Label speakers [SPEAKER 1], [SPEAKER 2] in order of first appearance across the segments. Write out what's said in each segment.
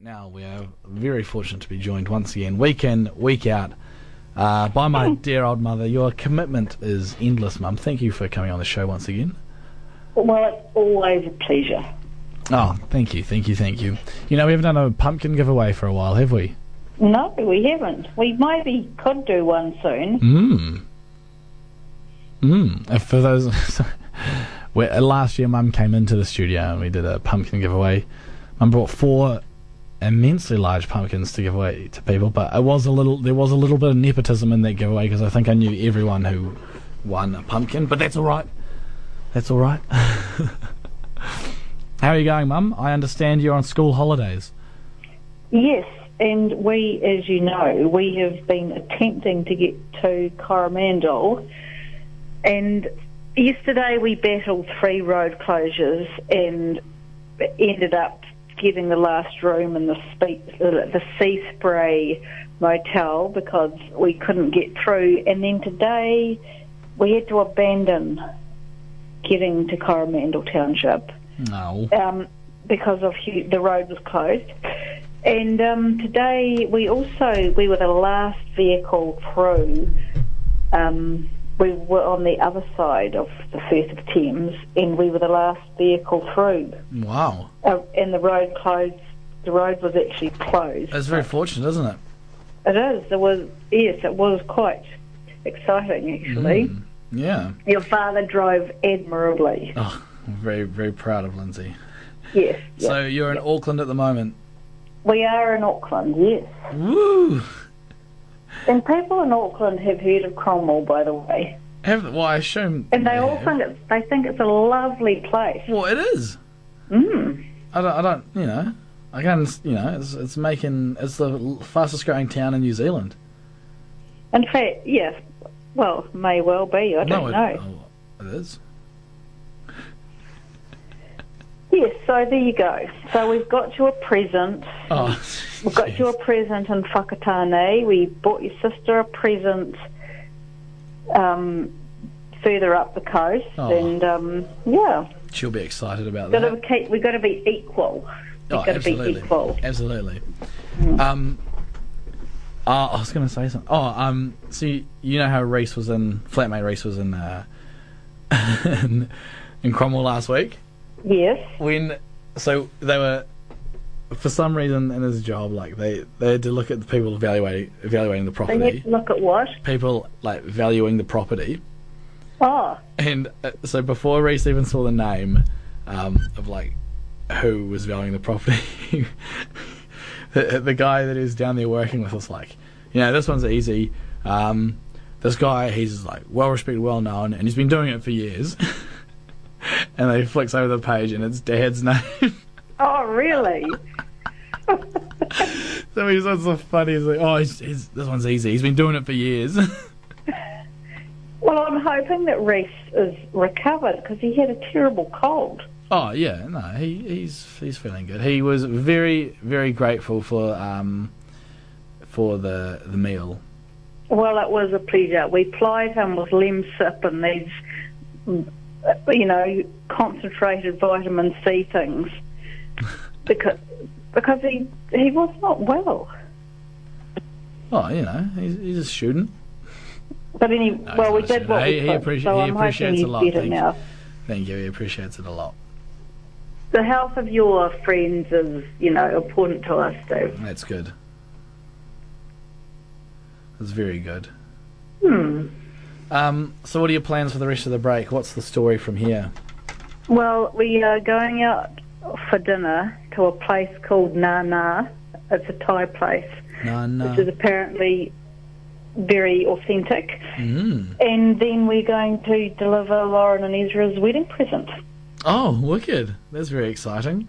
[SPEAKER 1] Now we are very fortunate to be joined once again, week in, week out, uh, by my dear old mother. Your commitment is endless, Mum. Thank you for coming on the show once again.
[SPEAKER 2] Well, it's always a pleasure.
[SPEAKER 1] Oh, thank you, thank you, thank you. You know, we haven't done a pumpkin giveaway for a while, have we?
[SPEAKER 2] No, we haven't. We maybe could do one soon.
[SPEAKER 1] Mmm. Mmm. For those. we last year, Mum came into the studio and we did a pumpkin giveaway. Mum brought four immensely large pumpkins to give away to people, but it was a little there was a little bit of nepotism in that giveaway because I think I knew everyone who won a pumpkin, but that's all right. That's all right. How are you going, Mum? I understand you're on school holidays.
[SPEAKER 2] Yes, and we, as you know, we have been attempting to get to Coromandel, and yesterday we battled three road closures and ended up getting the last room in the, spe- uh, the Sea Spray Motel because we couldn't get through. And then today we had to abandon getting to Coromandel Township
[SPEAKER 1] No.
[SPEAKER 2] um, because of hu- the road was closed. And um, today we also we were the last vehicle through. Um, we were on the other side of the Firth of Thames, and we were the last vehicle through.
[SPEAKER 1] Wow.
[SPEAKER 2] Uh, and the road closed. The road was actually closed.
[SPEAKER 1] That's very fortunate, isn't it?
[SPEAKER 2] It is. It was yes. It was quite exciting actually.
[SPEAKER 1] Yeah.
[SPEAKER 2] Your father drove admirably.
[SPEAKER 1] Oh, I'm very, very proud of Lindsay.
[SPEAKER 2] Yes. yes.
[SPEAKER 1] So you're in Auckland at the moment.
[SPEAKER 2] we are in Auckland. Yes.
[SPEAKER 1] Woo!
[SPEAKER 2] And people in Auckland have heard of Cromwell, by the way,
[SPEAKER 1] Have, well, I assume.
[SPEAKER 2] and they
[SPEAKER 1] Yeah.
[SPEAKER 2] all think it's, they think it's a lovely place.
[SPEAKER 1] Well, it is.
[SPEAKER 2] Mm.
[SPEAKER 1] I don't, I don't, you know, I can't, you know, it's, it's making, it's the l- fastest growing town in New Zealand.
[SPEAKER 2] In fact, yes. Well, may well be.
[SPEAKER 1] no,
[SPEAKER 2] I don't
[SPEAKER 1] it,
[SPEAKER 2] know.
[SPEAKER 1] oh, it is.
[SPEAKER 2] Yes. So there you go. So we've got you a present.
[SPEAKER 1] Oh,
[SPEAKER 2] We've got
[SPEAKER 1] jeez.
[SPEAKER 2] you a present in Whakatane. We bought your sister a present um, further up the coast,
[SPEAKER 1] Oh.
[SPEAKER 2] and um, yeah,
[SPEAKER 1] She'll be excited about
[SPEAKER 2] got
[SPEAKER 1] that.
[SPEAKER 2] to keep, we've got to be equal. We've
[SPEAKER 1] Oh,
[SPEAKER 2] got to be Mm.
[SPEAKER 1] absolutely.
[SPEAKER 2] equal.
[SPEAKER 1] Absolutely. Um, uh, I was going to say something. Oh, um, so you, you know how Reese was in, flatmate Reese was in, uh, in, in Cromwell last week?
[SPEAKER 2] Yes.
[SPEAKER 1] when so they were for some reason in his job like they they had to look at the people evaluating evaluating the
[SPEAKER 2] They
[SPEAKER 1] property
[SPEAKER 2] need to look at what.
[SPEAKER 1] people like valuing the property
[SPEAKER 2] Oh.
[SPEAKER 1] and uh, so before Reese even saw the name um, of like who was valuing the property the, the guy that is down there working with us like you know this one's easy um, this guy he's like well respected well known and he's been doing it for years and they flicks over the page and it's dad's name
[SPEAKER 2] Oh, really?
[SPEAKER 1] So he's that's so funny. He's like, oh, he's, he's, this one's easy. He's been doing it for years.
[SPEAKER 2] Well, I'm hoping that Reese is recovered because he had a terrible cold.
[SPEAKER 1] oh yeah, no, he, he's he's feeling good. He was very very grateful for um for the the meal.
[SPEAKER 2] Well, it was a pleasure. We plied him with lemon sip and these, mm, you know, concentrated vitamin C things because because he he was not well.
[SPEAKER 1] Oh, you know, he's, he's a student.
[SPEAKER 2] But any well, we did what
[SPEAKER 1] He-
[SPEAKER 2] we
[SPEAKER 1] he
[SPEAKER 2] could.
[SPEAKER 1] appreci-
[SPEAKER 2] so
[SPEAKER 1] he
[SPEAKER 2] I'm hoping
[SPEAKER 1] appreciates
[SPEAKER 2] he's
[SPEAKER 1] a lot,
[SPEAKER 2] better
[SPEAKER 1] thanks.
[SPEAKER 2] now.
[SPEAKER 1] Thank you. He appreciates it a lot.
[SPEAKER 2] The health of your friends is, you know, important to us, Steve.
[SPEAKER 1] That's good. That's very good.
[SPEAKER 2] Hmm.
[SPEAKER 1] Um, so what are your plans for the rest of the break? What's the story from here?
[SPEAKER 2] Well, we are going out for dinner to a place called Na Na. It's a Thai place,
[SPEAKER 1] No, no.
[SPEAKER 2] which is apparently very authentic.
[SPEAKER 1] Mm.
[SPEAKER 2] And then we're going to deliver Lauren and Ezra's wedding present.
[SPEAKER 1] Oh, wicked! That's very exciting.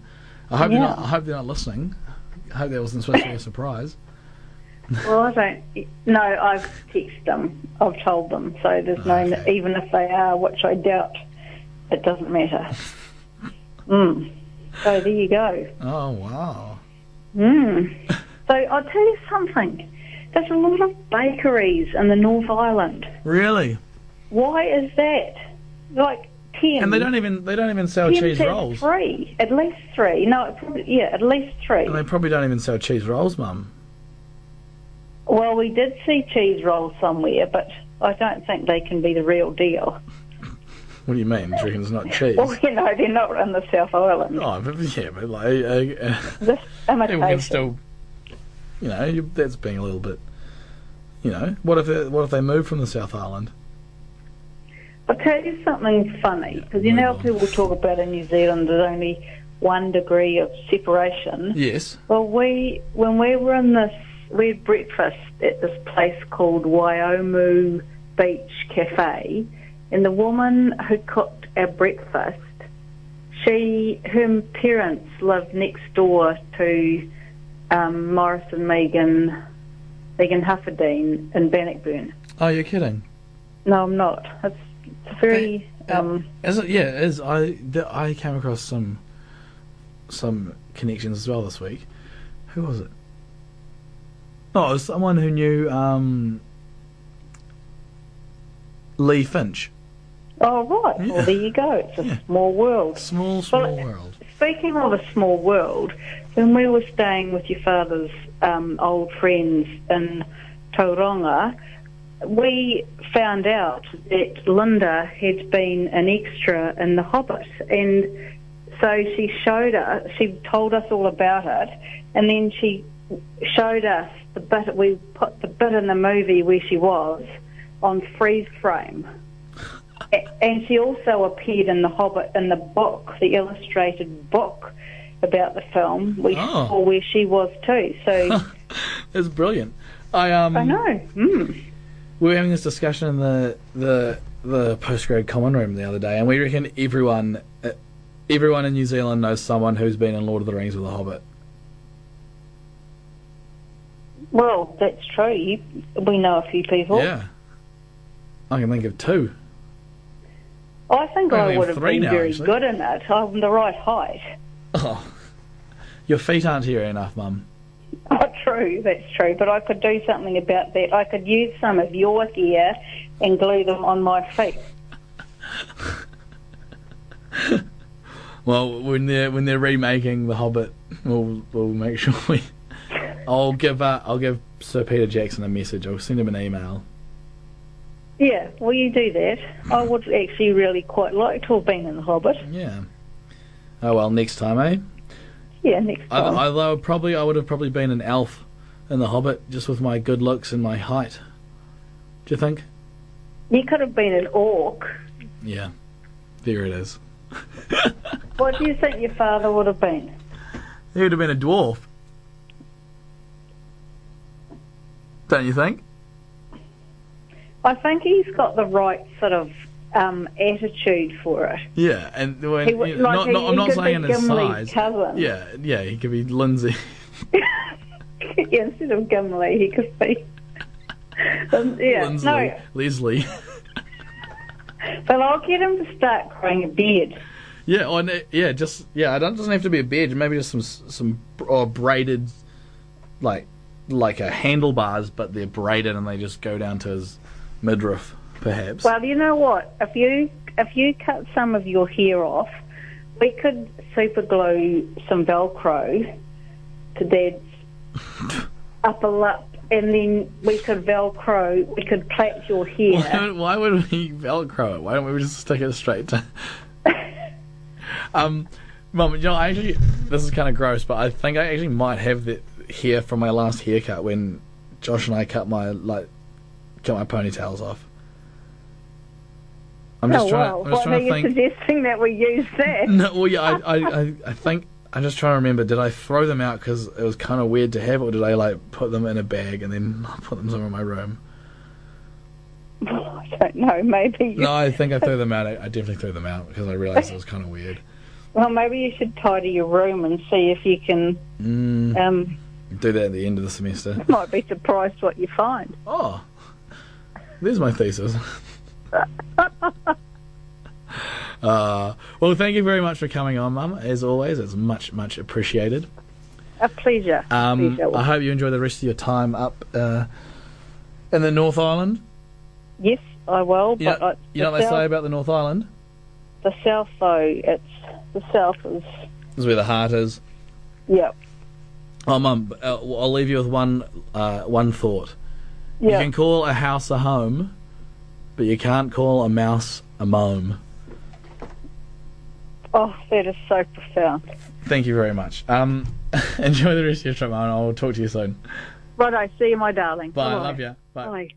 [SPEAKER 1] I hope they're not.
[SPEAKER 2] Yeah.
[SPEAKER 1] I hope they're not listening. I hope that wasn't supposed to be a surprise.
[SPEAKER 2] Well, I don't. No, I've texted them. I've told them. So there's no.
[SPEAKER 1] Okay.
[SPEAKER 2] Even if they are, which I doubt, it doesn't matter. mm. So there you go.
[SPEAKER 1] Oh wow!
[SPEAKER 2] Mm. So I'll tell you something. There's a lot of bakeries in the North Island.
[SPEAKER 1] Really?
[SPEAKER 2] Why is that? Like, ten.
[SPEAKER 1] And they don't even they don't even sell
[SPEAKER 2] ten
[SPEAKER 1] cheese
[SPEAKER 2] to
[SPEAKER 1] rolls.
[SPEAKER 2] Three, at least three. No, it probably, yeah, at least three.
[SPEAKER 1] And they probably don't even sell cheese rolls, Mum.
[SPEAKER 2] Well, we did see cheese rolls somewhere, but I don't think they can be the real deal.
[SPEAKER 1] What do you mean? Do you reckon it's not cheese?
[SPEAKER 2] Well, you know, they're not on the South Island.
[SPEAKER 1] Oh, but yeah, but like uh, uh,
[SPEAKER 2] This
[SPEAKER 1] people can
[SPEAKER 2] imitation.
[SPEAKER 1] still, you know, you, that's being a little bit. You know, what if they, what if they move from the South Island?
[SPEAKER 2] I'll tell you something funny, because you know how
[SPEAKER 1] move on.
[SPEAKER 2] people talk about in New Zealand there's only one degree of separation.
[SPEAKER 1] Yes.
[SPEAKER 2] Well, we when we were in this, we had breakfast at this place called Wyomu Beach Cafe, and the woman who cooked our breakfast, she her parents lived next door to um, Morris and Megan, Megan Hufferdine in Bannockburn.
[SPEAKER 1] Oh, you're kidding.
[SPEAKER 2] No, I'm not. It's, it's very. um,
[SPEAKER 1] Is it? Yeah, it is. I th- I came across some some connections as well this week. Who was it? Oh, it was someone who knew um, Lee Finch.
[SPEAKER 2] oh right. Well, there you go. It's a small world.
[SPEAKER 1] Small, small
[SPEAKER 2] Well,
[SPEAKER 1] world.
[SPEAKER 2] Speaking of a small world, when we were staying with your father's um, old friends in Tauranga, we found out that Linda had been an extra in The Hobbit, and so she showed us, she told us all about it, and then she showed us the bit we put the bit in the movie where she was on freeze frame. A- and she also appeared in the Hobbit in the book, the illustrated book about the film. We
[SPEAKER 1] Oh.
[SPEAKER 2] saw where she was too. So
[SPEAKER 1] It's brilliant. I um.
[SPEAKER 2] I know. Mm.
[SPEAKER 1] we were having this discussion in the the the postgrad common room the other day, and we reckon everyone uh, everyone in New Zealand knows someone who's been in Lord of the Rings with a Hobbit.
[SPEAKER 2] Well, that's true. You, we know a few people.
[SPEAKER 1] Yeah, I can think of two.
[SPEAKER 2] I think
[SPEAKER 1] Well, we
[SPEAKER 2] I
[SPEAKER 1] have
[SPEAKER 2] would have
[SPEAKER 1] three
[SPEAKER 2] been
[SPEAKER 1] now,
[SPEAKER 2] very
[SPEAKER 1] actually.
[SPEAKER 2] good in it. I'm the right height.
[SPEAKER 1] Oh, your feet aren't here enough, Mum.
[SPEAKER 2] Oh, true. That's true. But I could do something about that. I could use some of your hair and glue them on my feet.
[SPEAKER 1] Well, when they're when they're remaking the Hobbit, we'll we'll make sure we. I'll give uh, I'll give Sir Peter Jackson a message. I'll send him an email.
[SPEAKER 2] Yeah, well, you do that. I would actually really quite like to have been in The Hobbit.
[SPEAKER 1] Yeah. Oh well, next time, eh?
[SPEAKER 2] Yeah, next
[SPEAKER 1] I,
[SPEAKER 2] time.
[SPEAKER 1] I, I would probably I would have probably been an elf in The Hobbit just with my good looks and my height. Do you think?
[SPEAKER 2] You could have been an orc.
[SPEAKER 1] Yeah, there it is.
[SPEAKER 2] What do you think your father would have been?
[SPEAKER 1] He would have been a dwarf, don't you think?
[SPEAKER 2] I think he's got the right sort of um, attitude for it.
[SPEAKER 1] Yeah, and when
[SPEAKER 2] He would-
[SPEAKER 1] you know, not,
[SPEAKER 2] he-
[SPEAKER 1] not, I'm
[SPEAKER 2] he
[SPEAKER 1] not
[SPEAKER 2] could
[SPEAKER 1] saying in
[SPEAKER 2] be
[SPEAKER 1] his
[SPEAKER 2] Gimli's
[SPEAKER 1] size.
[SPEAKER 2] cousin.
[SPEAKER 1] Yeah, yeah, he could be Lindsay.
[SPEAKER 2] Yeah, Instead of Gimli, he could be. Um, yeah,
[SPEAKER 1] Lindsay,
[SPEAKER 2] no,
[SPEAKER 1] Leslie.
[SPEAKER 2] but I'll get him to start growing a beard.
[SPEAKER 1] yeah, or, n- yeah, just yeah. It doesn't have to be a beard. Maybe just some s- some br- or braided, like like a handlebars, but they're braided and they just go down to his midriff, perhaps.
[SPEAKER 2] Well, you know what? If you if you cut some of your hair off, we could super glue some Velcro to Dad's upper lip, and then we could Velcro. We could plait your
[SPEAKER 1] Why
[SPEAKER 2] hair.
[SPEAKER 1] would- Why would we Velcro it? Why don't we just stick it straight to? um, Mum, you know, I actually this is kind of gross, but I think I actually might have the hair from my last haircut when Josh and I cut my like cut my ponytails off. I'm just
[SPEAKER 2] oh
[SPEAKER 1] trying.
[SPEAKER 2] well,
[SPEAKER 1] I'm just
[SPEAKER 2] what
[SPEAKER 1] trying
[SPEAKER 2] are you
[SPEAKER 1] to think.
[SPEAKER 2] suggesting that we use that?
[SPEAKER 1] No, well, yeah, I, I, I, I think I'm just trying to remember. Did I throw them out because it was kind of weird to have, or did I like put them in a bag and then put them somewhere in my room?
[SPEAKER 2] I don't know. Maybe you,
[SPEAKER 1] No, I think I threw them out. I, I definitely threw them out because I realised it was kind of weird.
[SPEAKER 2] well, maybe you should tidy your room and see if you can.
[SPEAKER 1] Mm.
[SPEAKER 2] Um,
[SPEAKER 1] Do that at the end of the semester.
[SPEAKER 2] might be surprised what you find.
[SPEAKER 1] Oh, there's my thesis. uh, well, thank you very much for coming on, Mum. As always, it's much, much appreciated.
[SPEAKER 2] A pleasure.
[SPEAKER 1] Um,
[SPEAKER 2] pleasure.
[SPEAKER 1] I hope you enjoy the rest of your time up uh, in the North Island.
[SPEAKER 2] yes, I will.
[SPEAKER 1] You know,
[SPEAKER 2] but I,
[SPEAKER 1] you know
[SPEAKER 2] the
[SPEAKER 1] what they
[SPEAKER 2] South-
[SPEAKER 1] say about the North Island?
[SPEAKER 2] the south though, it's the south is
[SPEAKER 1] This is where the heart is.
[SPEAKER 2] yep,
[SPEAKER 1] Oh, Mum, uh, I'll leave you with one uh, one thought. You
[SPEAKER 2] yeah.
[SPEAKER 1] can call a house a home, but you can't call a mouse a mome.
[SPEAKER 2] Oh, that is so profound.
[SPEAKER 1] Thank you very much. Um, enjoy the rest of your trip, Mum, and I'll talk to you soon.
[SPEAKER 2] Right, I see you, my darling.
[SPEAKER 1] Bye.
[SPEAKER 2] Bye.
[SPEAKER 1] Love you. Bye.
[SPEAKER 2] Bye.